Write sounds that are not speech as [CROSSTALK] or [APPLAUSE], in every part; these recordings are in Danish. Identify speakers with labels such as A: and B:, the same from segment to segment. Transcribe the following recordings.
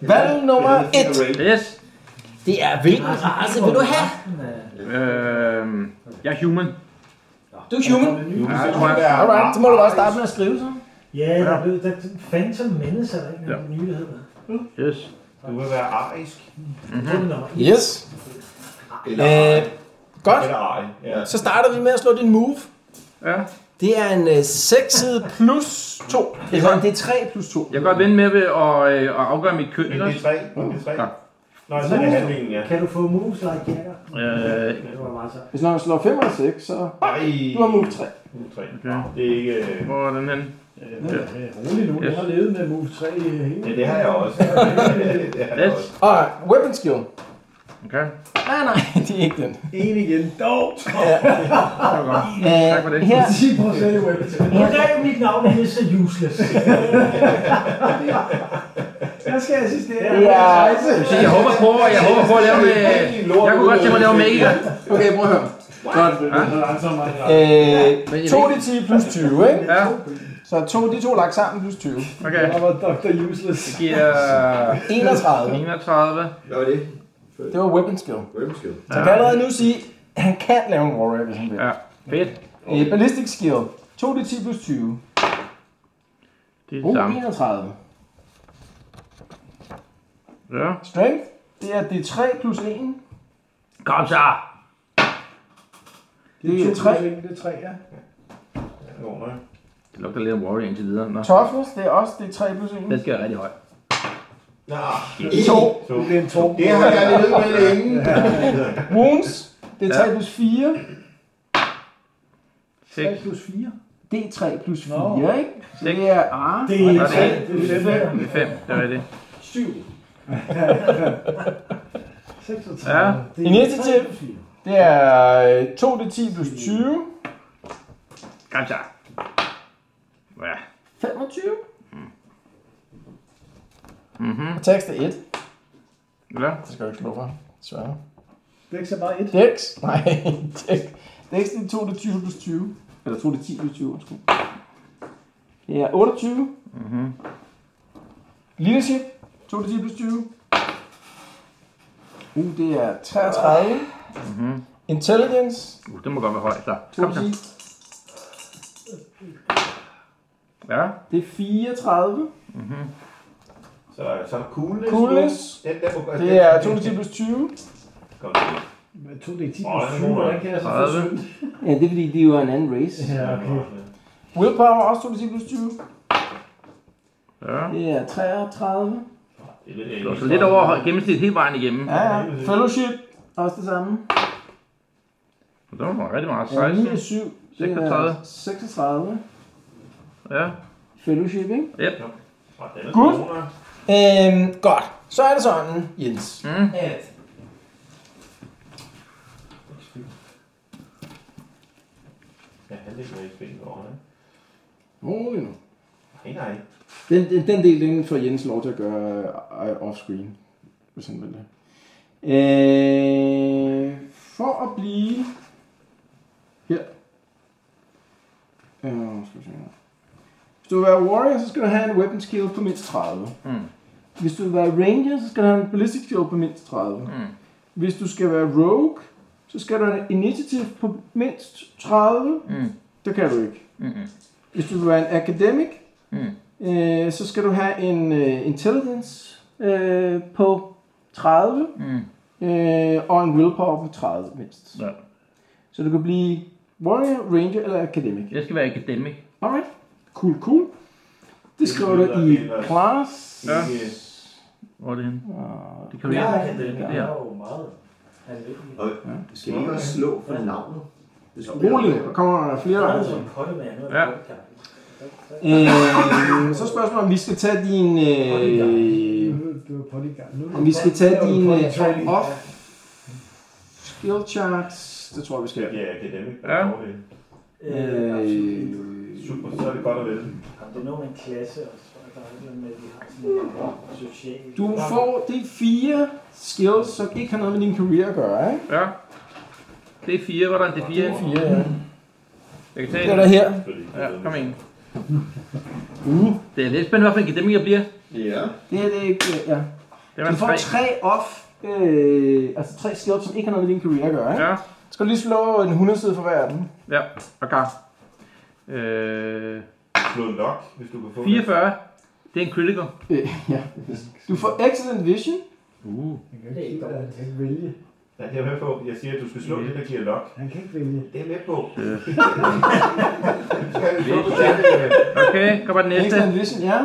A: Valg nummer 1.
B: Yes.
A: Det er hvilken race vil du have?
B: Øhm, jeg er human.
A: Du er human.
B: Ja, jeg tror, jeg,
A: Alright, så må du bare starte med at skrive så.
C: Ja, der blev der Phantom Menace er der ikke nogen nye, der hedder.
B: yes.
D: Du vil være arisk.
C: Det er nummer et.
A: Yes.
D: Eller
A: Øh, godt.
D: Eller arig. Ja.
A: Så starter vi med at slå din move.
B: Ja.
A: Det er en øh, 6 plus 2. Eller det er 3 plus 2.
B: Jeg kan godt vende med ved at, øh, at afgøre mit køn,
D: Men
B: ikke
D: det er
B: også?
D: tre. Det er tre.
B: Ja.
D: Nå, så er det handlingen, ja.
C: Kan du få moves like jakker?
B: Øh,
C: Det var meget så.
E: Hvis når jeg slår 5 og 6, så...
D: Nej.
E: Du har move 3.
D: Move tre.
B: Okay.
D: Det er ikke... øh,
B: hvor er den henne?
F: Rolig nu, jeg
B: Yes.
F: har levet med move 3
D: [LAUGHS]
F: hele
D: Ja, det har jeg også. Det- Det har jeg
B: Yes.
D: også.
A: Og weapon skill. [LAUGHS] Nej,
B: Okay.
A: nej, det er ikke den.
F: En igen. Dog!
B: Det var
F: Ah.
B: godt. Tak for det.
A: Øh, her,
F: 10 procent i web.
C: Goddag, mit navn er så useless.
F: Jeg skal assistere.
A: Ja.
B: Så jeg håber på, jeg håber på at lave med... Øh, Jeg kunne godt tænke mig at lave magiker.
A: okay, prøv at høre.
E: Godt.
A: Øh,
B: Men jeg
A: 2
B: ved
A: d 10 plus 20, ikke?
B: Ja,
A: Så to, de to lagt sammen plus 20.
B: okay.
F: Jeg var Dr. Useless.
B: Det giver øh,
A: 31.
B: 31.
G: Hvad var det?
A: Det var weapon skill.
G: Rømskød.
A: Så jeg kan allerede nu sige, at han kan lave en warrior, hvis han vil.
B: Ja, fedt.
A: Øh, ballistic skill. 2 d 10 plus 20.
B: Det er det
A: Uh,
B: samme.
A: 31.
B: Ja.
A: Strength. Det er D3 plus 1.
B: Kom så!
A: Det er 3.
F: Det er 3, ja.
D: Det går nok.
B: Det lugter lidt af warrior indtil videre. Nå.
A: Toughness. Det er også D3 plus 1.
B: Den skal være rigtig høj.
D: Nå,
A: To.
D: så
F: Det er en torben.
G: Det har jeg levet med længe.
A: Wounds. Det er 3 plus 4.
B: 6.
F: plus 4.
A: D3 plus
F: Nå.
A: 4, ikke? Så
B: Seks.
A: det er R.
C: Det er
B: Nå, det er
C: ikke
B: det er fem. Ah. Det er fem, det er rigtigt.
F: 36.
B: Ja.
F: Det er
A: Initiativ.
F: tre plus fire.
A: Det er øh, 2D10 plus 20.
B: Kom så! Ja.
A: 25.
B: Mm-hmm.
A: Og tekst er 1.
B: Ja.
A: Det skal jeg ikke slå for. Svær.
F: Det er ikke så meget et.
A: Dex. Nej, [LAUGHS] Dex. Dex det er 2D20 plus 20. Eller 2D10 plus 20, undskyld. Det er 28. Mhm. Leadership. 2D10 plus 20. Uh, det er 33. Mhm. Intelligence.
B: Uh, det må godt være højt, så. Kom så.
A: 2D10.
B: Ja.
A: Det er 34.
D: så så er coolness.
A: Coolness.
D: Den der må godt.
A: Det er 2D10 plus 20.
D: Kom nu.
F: Men 2D10
D: Åh,
F: plus
D: det er
F: 20,
D: god.
F: hvordan kan jeg så få
B: 30.
F: 17?
A: Ja, det er fordi, det er jo en anden race.
F: Ja, okay.
A: Willpower også 2D10 plus 20.
B: Ja.
A: Det er 33.
D: Det er lidt-
B: Det var så lidt over høj- gennemsnit hele vejen igennem.
A: Ja, ja. Fellowship. Også det samme.
B: Det var rigtig meget.
A: Ja, 9 og
B: 16.
A: 7.
B: 36.
A: 36.
B: Ja.
A: Fellowship, ikke?
D: Nå, den er
A: Gud.
D: god, hva'?
A: Øhm, godt. Så er det sådan, Jens.
B: Mm.
A: At
D: Ja, han ligger i spil over, hva'?
E: Rolig nu.
D: Nej, nej.
E: Den, den, den del, den får Jens lov til at gøre øh, off-screen, hvis han vil det. Øh, for at blive her. Øh, nu skal vi se her. Hvis du vil være warrior, så skal du have en weapon skill på mindst 30.
B: Mm.
E: Hvis du vil være ranger, så skal du have en ballistic skill på mindst 30.
B: Mm.
E: Hvis du skal være rogue, så skal du have en initiativ på mindst 30.
B: Mm.
E: Det kan du ikke.
B: Mm.
E: Hvis du vil være en academic,
B: Mm.
E: øh, så skal du have en øh, intelligence øh, på 30,
B: Mm.
E: øh, og en willpower på 30 mindst.
B: Ja.
E: Så du kan blive warrior, ranger eller academic.
B: Jeg skal være academic.
E: Alright, cool, cool. Det skriver du
D: lyder
E: i
D: helt-
E: class.
B: Ja.
D: Ikke-
B: Hvor er det henne?
E: Og-
B: Det kan du
C: Ja,
B: ikke.
C: jeg kan det.
B: Det
C: Jeg
B: der.
C: er jo meget alvindelig.
G: Skal vi ikke også slå for navnet? Det skal
E: Rolig, der kommer
C: Jeg
E: flere
C: er jo
E: andre.
C: som pottemand. nu er
B: Ja.
C: jeg podcast.
E: Øh, så spørgsmålet om vi skal tage din...
F: Øh,
E: Øh,
F: Du er bodyguard. Nu er
E: Om vi skal tage
F: Nu er du
E: din
F: bodyguard.
E: øh, top off skill charts, det tror jeg, vi skal.
D: Ja, academic.
B: Ja.
C: Øh, absolut.
E: Øh,
D: Super, så er det godt at vælge.
C: Jamen, Det er noget med en klasse også, tror jeg, der er et eller andet med, at vi har sådan en øh, social...
E: du får de fire skills, som ikke har noget med din karriere at gøre, ikke?
B: Ja. Det er fire, hvordan det er fire.
E: Fire, ja.
A: det
B: Jeg kan
A: er
B: tage
A: der
B: en.
A: her.
D: Fordi-
B: Ja, kom ind. Uh. Det er lidt spændende, hvilken academic jeg bliver.
G: Ja.
E: Det her, det er ikke... øh, Ja.
B: Det var
E: Du
B: en
E: får
B: tre.
E: tre off, øh, altså tre skills, som ikke har noget med din career at gøre, ikke?
B: Ja,
E: Skal du lige slå en 100 side for hver af dem?
B: ja. Og gar. Øh,
D: Slå en lock, hvis du kan få
B: 44. Det er en critical.
E: Øh, [LAUGHS] ja. Du får excellent vision.
B: Uh.
F: Han kan ikke, han kan ikke vælge.
D: det. Ja, det er jeg med på. Jeg siger, at du skal slå det, der giver lock.
F: Han kan ikke vælge.
D: Det er jeg med på.
B: Øh.
D: Du skal have det slå på tanden.
B: Okay, kommer den næste.
E: Excellent vision, ja.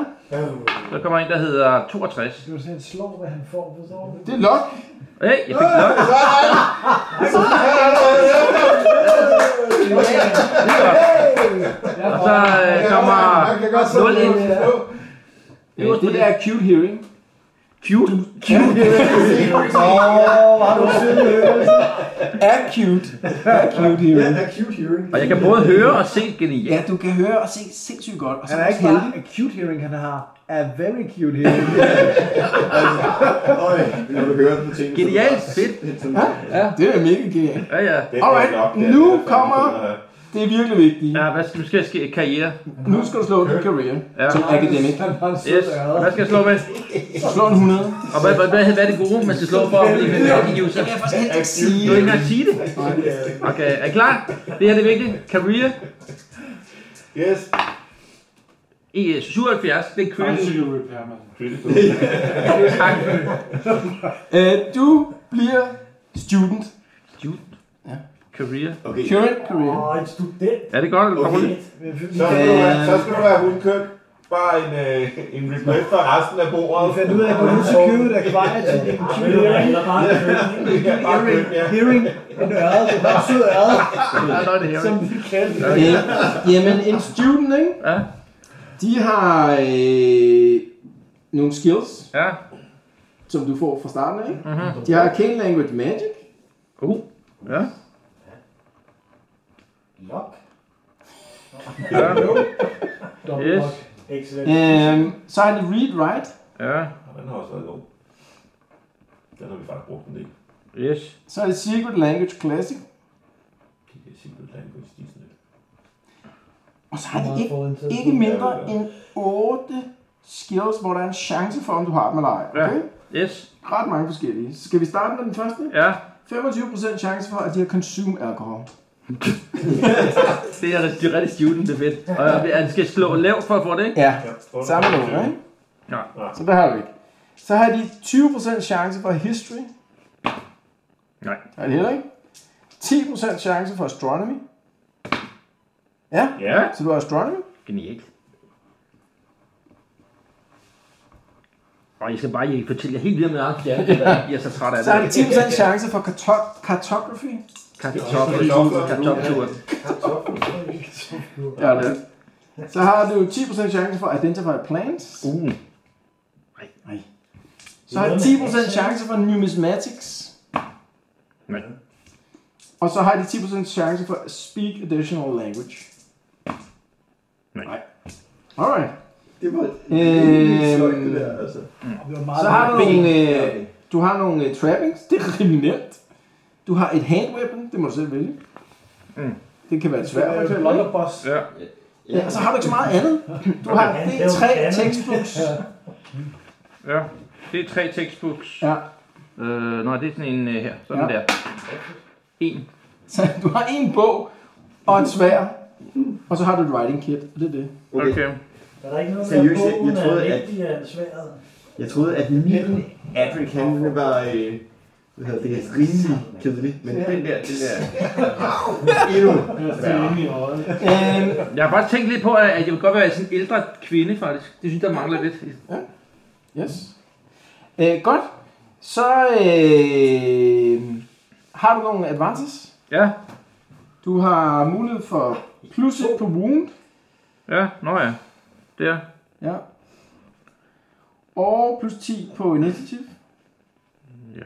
B: Så kommer en, der hedder 62.
F: Du kan sådan slå, hvad han får, forstår du?
E: Det er [LAUGHS] lock.
B: Hey, jeg fik nok. Og
E: Altså,
B: så øh, kommer
G: kan godt
B: 0-1.
E: Ja, Øh, det er acute hearing.
B: Cute.
F: Åh, var du sød i hørelsen.
E: Acute. Acute hearing.
G: Acute hearing.
B: Og jeg kan både høre og se
E: Ja,
B: genialt.
E: du kan høre og se sindssygt godt. Og så
F: Han
E: kan
F: er
E: du
F: ikke bare
E: snakke.
F: acute hearing, han har a very cute hearing.
G: Øj, når du hører den ting. så-
B: Genialt fedt.
G: Ja.
E: Ja, det er mega genialt.
B: Ja, ja.
D: Det er
E: Alright,
D: lock, det er
E: nu
D: det, der er
E: kommer-
D: fandme,
E: Det er virkelig vigtigt.
B: Ja, hvad skal, nu skal jeg ske karriere.
E: Nu skal du slå din career.
B: Ja.
E: Som [LAUGHS] academic.
F: Han har en sød
B: Yes.
F: øre.
B: Hvad skal jeg slå med?
E: Slå en 100.
B: Og hvad, hvad, hvad, hvad er det gode, man skal slå for at blive med i user?
E: Jeg kan faktisk helt ikke sige.
B: Du er ikke engang sige det. Okay, er I klar? Det her er det vigtige. Career
D: øh, Yes.
B: i 77. E Det er critical.
F: [LAUGHS]
D: Critical.
B: Tak.
E: Øh, Du bliver student.
B: Student.
E: Ja.
B: Career.
G: Okay.
E: Current career.
H: Åh, en student.
B: Er det godt eller
D: Okay.
B: dårligt?
D: Så skal,
F: Øh,
D: du have, så skal du have hundkøb. Bare en, øh, en request for resten af bordet.
F: Jeg fandt ud af, at jeg kunne huske købet af kvejet til din
H: Men
F: cute
H: det er
F: hearing.
H: ikke bare en student.
D: Det er bare køb, ja.
F: Hearing, en øre, det var en sød øre,
B: Ja, der er det her.
F: som vi kaldte det.
E: Øh, Jamen, en student, ikke?
B: Ja,
E: De har øh, nogle skills,
B: ja.
E: som du får fra starten af. Ikke?
B: Mhm.
E: De har Arcane Language Magic.
B: Uh. Ja.
H: Lock.
B: Ja. Yes.
F: Dobbeltbrok.
H: Excellent.
E: Øhm, så har de Read Write,
B: Ja.
D: Og Den har også været god. Den har vi faktisk brugt en del.
B: Yes.
E: så er det Secret Language Classic,
D: Det er simpelthen language, de er sådan lidt.
E: og så har
F: Meget
E: de ikke,
F: foruden tid.
E: ikke mindre end 8 skills, hvor der er en chance for, om du har dem eller ej. Okay?
B: Yes.
E: Ret mange forskellige. Skal vi starte med den første?
B: Ja.
E: 25% chance for, at de har consume alkohol.
B: Det er rigtig, rigtig student, det er fedt. Og han skal slå lavt for at få det, ikke?
E: Ja,
D: Ja, står der.
E: samme nummer, ikke?
B: Ja.
E: Så det har du ikke. Så har de 20% chance for history.
B: Nej.
E: Det har de heller ikke. 10% chance for astronomy. Ja,
B: Ja.
E: så du har astronomy.
B: Genialt. Og jeg skal bare jeg fortælle jer helt videre med alt det er, fordi jeg er så træt af
E: Så har de
B: det.
E: 10% chance for karto- cartography.
B: Kartoffeltur. Kartoffeltur.
E: [LAUGHS] Ja, det. er det. Så har du 10% chance for identify plants.
B: Uh.
E: Så har de 10% chance for numismatics.
B: Nej.
E: Og så har de 10% chance for speak additional language.
B: Nej.
E: Alright.
G: Det var
E: Øhm,
G: sløjt, det der, altså.
F: Det var meget
E: Så har du
F: meget
E: nogle, øh, du har nogle øh, trappings. Det er rimelig nemt. Du har et hand weapon. Det må du selv vælge.
B: Mm.
E: Det kan være et
F: Det
E: sværd, for
F: var jo
E: eksempel. ikke?
F: blunderboss.
B: Ja.
E: Ja, og
G: altså,
E: så har du ikke så meget andet. Du har det er tre textbooks.
B: Ja. Det er tre textbooks.
E: Ja.
B: Øh, nej, det er sådan en øh, her. Sådan
E: Ja.
B: der. En.
E: Så du har en bog og en svær. Og så har du et writing kit, og det er det.
G: Okay.
B: Okay.
H: Er der ikke noget med, at
G: Seriøst, jeg-
H: bogen
G: jeg
H: er
G: troede, at-
H: vigtigere end sværet?
G: Jeg troede, at min Adric, han var... Øh, hvad hedder det? Rimelig kedelig. Men den der, den der... Endnu værre.
E: Øhm,
B: Jeg har bare tænkt lidt på, at jeg vil godt være sådan en ældre kvinde, faktisk. Det synes jeg, der mangler lidt.
E: yes. Øh, godt. Så øh, har du nogle advances.
B: Ja.
E: Du har mulighed for plus et på wound.
B: Ja. Nå ja. Der.
E: Ja. Og plus 10 på initiativ.
B: Ja.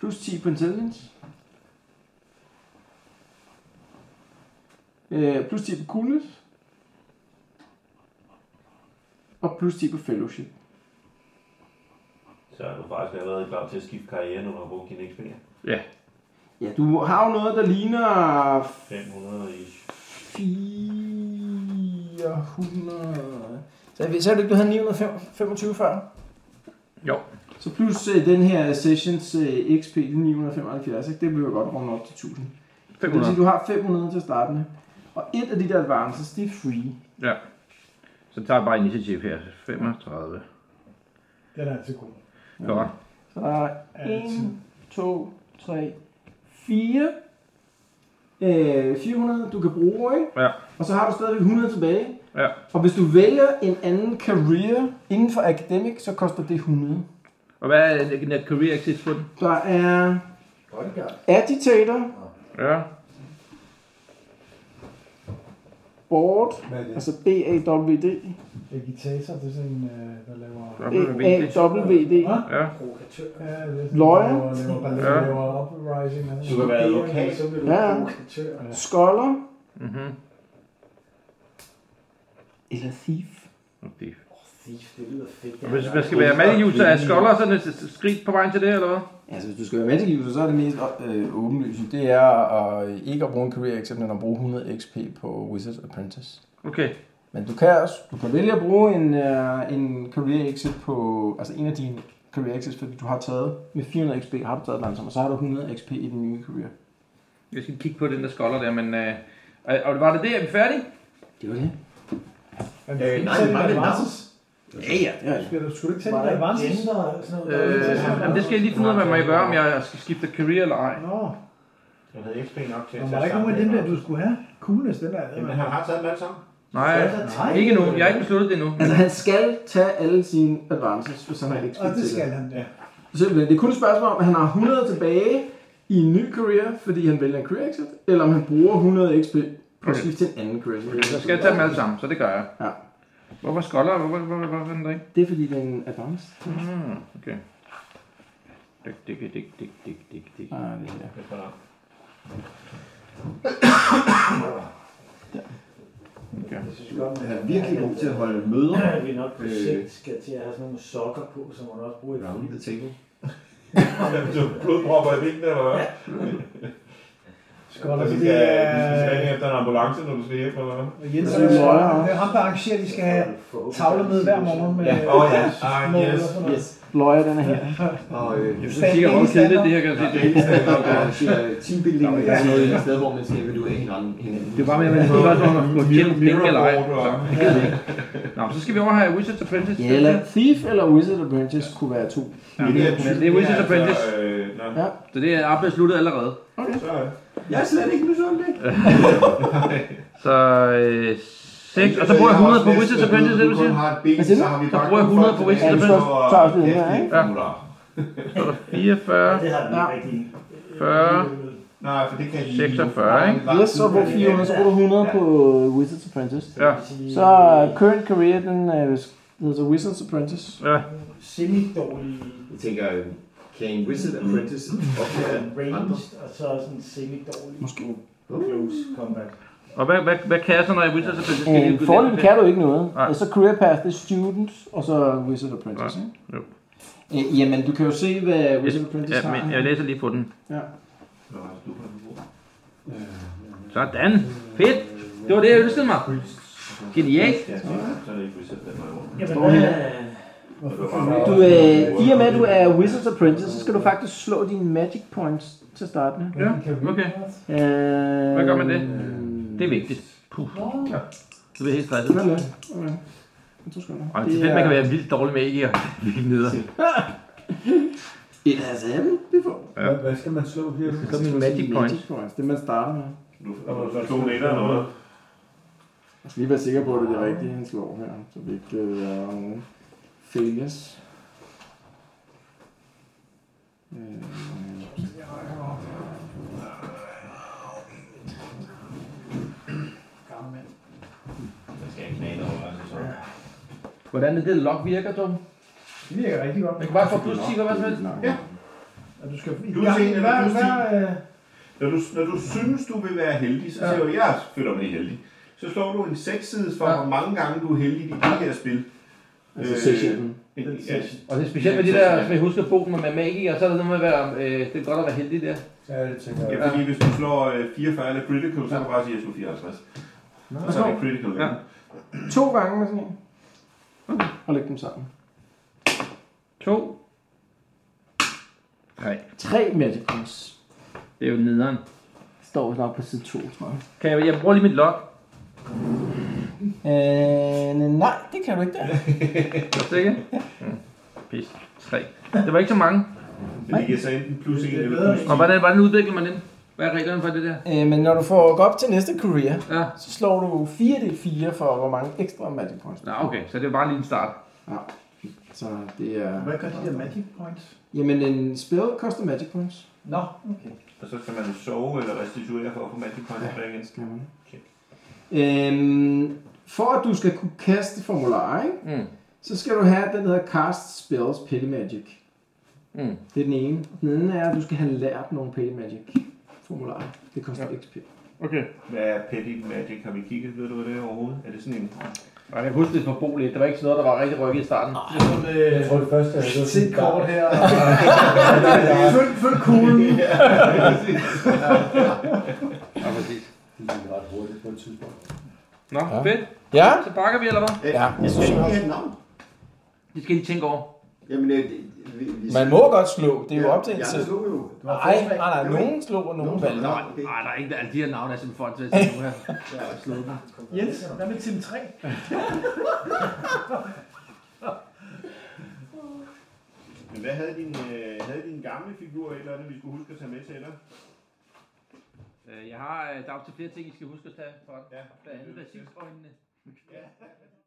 E: Plus 10 på intelligence. Øh, plus 10 på coolness. Og plus 10 på fellowship.
D: Så er du faktisk allerede klar til at skifte karriere, når du har brugt dine XP.
E: Ja, du har jo noget, der ligner
D: 500 i...
E: 400... Så sagde du ikke, du havde 925 før?
B: Jo.
E: Så plus øh, den her Sessions øh, XP, det er 975, ikke? det bliver godt rundt op til 1000. Det vil sige,
B: 500.
E: du har 500 til at starte med. Og et af de der advances, det er free.
B: Så tager jeg bare initiativ her. 35.
F: Den er altså god.
B: Godt.
E: Så der er
F: Altid.
E: 1, 2, 3, 4. Øh, 400, du kan bruge, ikke?
B: Ja.
E: Og så har du stadigvæk 100 tilbage.
B: Ja.
E: Og hvis du vælger en anden career inden for academic, så koster det 100.
B: Og hvad er den der career exit på den?
E: Der er
G: Bodyguard.
E: agitator,
B: Ja.
E: board,
D: Hvad er det?
E: altså B-A-W-D,
F: Agitator, det er sådan en, øh, der laver...
E: A-W-D,
B: Ja.
C: Provokatør.
F: Ja, det er sådan,
E: Lawyer.
F: Der laver, laver,
B: Ja.
F: der laver uprising. og
D: Du kan være advokat.
C: Så bliver du
E: Ja.
C: provokatør.
E: scholar
B: Mhm.
E: eller thief.
B: Okay.
C: Åh, Thief, det lyder fedt.
B: Og Hvis man skal være med i user af skolder, så er det skridt på vejen til det, eller hvad?
E: Altså, hvis du skal være magic user, så er det mest øh, åbenlyse, det er at ikke at bruge en career except at bruge 100 XP på Wizard Apprentice.
B: Okay.
E: Men du kan også, du kan vælge at bruge en, øh, en career exit på, altså en af dine career exits, fordi du har taget, med 400 XP har du taget den og så har du 100 XP i den nye career.
B: Jeg skal kigge på den der skolder der, men... Øh, og- og var det det, er vi færdige?
E: Det var det.
G: Øh, nej, det var det navn.
E: Ja, ja, det er det.
F: Skal du sgu da ikke tage
C: Var
F: den
C: der
F: der
C: ikke
F: advances?
C: gender og sådan noget?
B: Øh, jamen, det skal jeg lige finde ud af, hvad man gør, om jeg skal skifte career eller ej.
F: Nå,
D: Jeg havde XP nok til
F: men var der ikke nogen af dem der, du skulle have? Coolness, den der.
D: Jamen, han har taget dem alle sammen.
B: Nej, ikke nu. Jeg har ikke besluttet det endnu.
E: Altså, han skal tage alle sine advances, hvis han har XP
F: Og det
E: til
F: skal han, ja.
E: det. Simpelthen. Det er kun et spørgsmål om, at han har 100 tilbage i en ny career, fordi han vælger en career exit, eller om han bruger 100 XP på at
B: Okay.
E: skifte til en anden career. Okay,
B: Så skal jeg tage dem alle sammen, så det gør jeg.
E: Ja.
B: Hvorfor skolder? Hvorfor, hvorfor, hvorfor er den der ikke?
E: Det er fordi, den er en advance.
B: Mm, okay. Dik, dik, dik, dik, dik, dik, dik.
E: Ah, det her.
C: Jeg synes godt, man
G: Han er virkelig god
C: [CLEARS THROAT]
G: til at holde møder.
C: at vi nok på
G: Øh.
C: sigt skal til at have sådan nogle sokker på, som man også bruger i
G: Round the table.
D: [LAUGHS] Du blodpropper i vinden, eller hvad?
F: Skoller,
D: Og
F: så
D: vi
F: det
D: skal, vi skal ringe
F: er...
D: efter en ambulance, når du skal hjem, eller hvad?
F: Og Jens,
E: Det er
F: øh,
E: løjer også.
F: det er ham, der arrangerer, de skal have tavler med hver morgen med...
G: Ja.
D: Åh ja, ah,
F: mål og
D: yes.
F: sådan noget.
G: Yes.
E: Løjer, den er her.
G: Og øh,
B: Jeg synes, det er meget kedeligt, det her, kan jeg se.
G: det er ikke sådan, at der er teambuilding og sådan noget et sted, hvor man skal evaluere hinanden. hinanden.
B: Det var mere, at det var sådan, at gå til en bænk eller ej.
D: Mirrorboard,
B: Så, det gider vi ikke. Nå, så skal vi over og have Wizards Apprentice.
E: Ja, eller Thief eller Wizard Apprentice kunne være to.
B: Ja, men det er Wizards Apprentice,
D: øh, Nå,
B: så det er bare besluttet allerede.
D: så er det.
G: Jeg er slet ikke misundelig.
B: Så øh, 6, og så bruger jeg 100 på Wizards Apprentice, det vil sige.
D: har et ben,
E: Hvad siger du?
D: har vi
B: Så bruger jeg 100 på Wizards
E: Ja, så tager også det her, ikke?
D: Ja.
B: Så er der 44,
C: Det har den ikke rigtig. Øh,
B: 40,
D: Nej, for det kan I...
B: 46, ikke?
E: Yes, så bruger 400, så bruger du 100 på øh, Wizards Apprentice.
B: ja,
E: Så øh,
F: øh,
E: current career, den er vist- hedder så Wizards Apprentice.
B: ja.
C: Semi-dårlige
G: Jeg tænker, øh, kan en wizard apprentice oplære andre?
C: ranged, og så sådan semi-dårlige
E: Måske.
C: close combat.
B: Og hvad, hvad, hvad kan jeg så, når jeg Wizards Apprentice skal
E: Øh,
B: lige gå
E: fordelen
B: ned?
E: kan du ikke noget.
B: Nej.
E: Og Så career path, det er student, og så Wizard Apprentice, ikke?
B: Jo.
E: Øh, jamen, du kan jo se, hvad Wizard
B: Ja,
E: Apprentice
B: men jeg
E: har.
B: læser lige på den.
E: Ja.
B: Sådan. Fedt. Det var det, jeg ønskede mig. Genialt.
D: Så er det ikke Wizards, den vej rundt.
C: Jamen,
E: Står her.
C: øh,
E: Du, øh, I og med, at du er Wizards Apprentice, så skal du faktisk slå dine magic points til at starte med.
B: Ja, okay.
E: Øh,
B: Hvad gør man det? Det er vigtigt. Puh. Du bliver helt stresset.
E: Hvad er det? Okay. Jeg tror sgu, det er.
B: Og det er fedt, man kan være vildt dårlig med ikke at hvilke neder.
E: It has happened before.
F: Hvad skal man slå her?
B: Så er min magic point.
E: Magic points, det man starter med.
D: Nu får du to netter eller noget.
E: Jeg skal lige være sikker på, at det er det rigtige, han slår her, så vi ikke øh, er nogen failures. Øh,
D: Jeg skal ikke knæde over, altså. så.
B: Hvordan er det lock virker, Tom?
F: Det virker rigtig godt.
B: Man kan bare få plus 10 på hvad som helst.
E: Ja.
F: Og du skal i
D: Du er
F: gang
D: sen,
F: med
D: eller
F: hver,
D: du er
F: hver... øh,
D: Når du, når du synes, du vil være heldig, så siger du, jeg er født om det heldig. Så slår du en seksside for,
B: Ja.
D: hvor mange gange du er heldig i det her spil.
E: Altså
D: Øh,
E: sessionen.
D: en-
F: Den
D: ja,
F: session.
B: Og det er specielt med de der, som jeg husker bogen med magikere, så er der noget med at være, øh, det er godt at være heldig der.
F: Ja, det tænker jeg.
D: Ja, fordi hvis du slår øh, 44 eller critical, så kan du bare sige, at jeg slog 54. Og så er det critical.
B: Ja.
D: Ja.
E: To gange med sådan en. og lægge dem sammen.
B: To. Nej,
E: Tre magic points.
B: det er jo nederen.
E: Står vist nok på side 2, tror jeg.
B: Kan jeg, jeg bruger lige mit lok.
E: Øh, nej, det kan du ikke der.
B: Er du sikker? Ja. Pis. Tre. Det var ikke så mange.
D: Det ligger så enten plus en eller
F: bedre,
D: plus
B: Og hvordan, hvordan udvikler man den? Hvad er reglerne for det der?
E: Øh, men når du får gå op til næste career,
B: Ja.
E: så slår du 4d4 for, hvor mange ekstra magic points.
B: Nå, okay. Så det var bare lige en start.
E: Så det er...
F: Hvad gør de der magic points?
E: Jamen, en spil koster magic points.
F: Nå, okay.
D: Og så skal man sove eller restituere for at få magic points tilbage igen.
E: Skal man.
D: Okay.
E: Øhm, for at du skal kunne kaste formularer, ikke?
B: Mm.
E: så skal du have den, der hedder Cast Spells Petty Magic.
B: Mm.
E: Det er den ene. Den anden er, at du skal have lært nogle Petty Magic formularer. Det koster ja. XP.
B: Okay.
D: Hvad er petty magic? Har vi kigget? Ved du, hvad det er overhovedet? Er det sådan en...
B: Og jeg kan huske, det var bo lidt. Det var ikke sådan noget, der var rigtig rykket i starten.
F: Jeg tror det første er...
G: Se kort her. Følg, følg kuglen.
B: Ja, præcis.
F: Det er ret hurtigt på et tidspunkt.
B: Nå, ja. fedt.
E: Ja,
B: Så bakker vi, eller hvad?
G: Ja, jeg synes, vi har et navn.
B: Det skal I tænke over.
G: Jamen, øh, det- vi, vi,
E: man må godt slå. Det er jo op til en
G: Jeg
E: tid.
G: slog jo.
E: Nej, nej, nej, nogen slog, og nogen valgte.
G: Nå,
B: Nej,
G: okay.
B: nej, der er ikke alle de her navne, der er simpelthen folk til at sige nu her. Slået mig.
F: Jens, hvad med Tim 3?
D: Men hvad havde din, øh, havde din gamle figur et eller andet, vi skulle huske at tage med til eller?
B: Øh, Jeg har, øh, der er også flere ting, I skal huske at tage for den.
D: Ja.
B: Blandt andet racistøjnene.
D: Ja.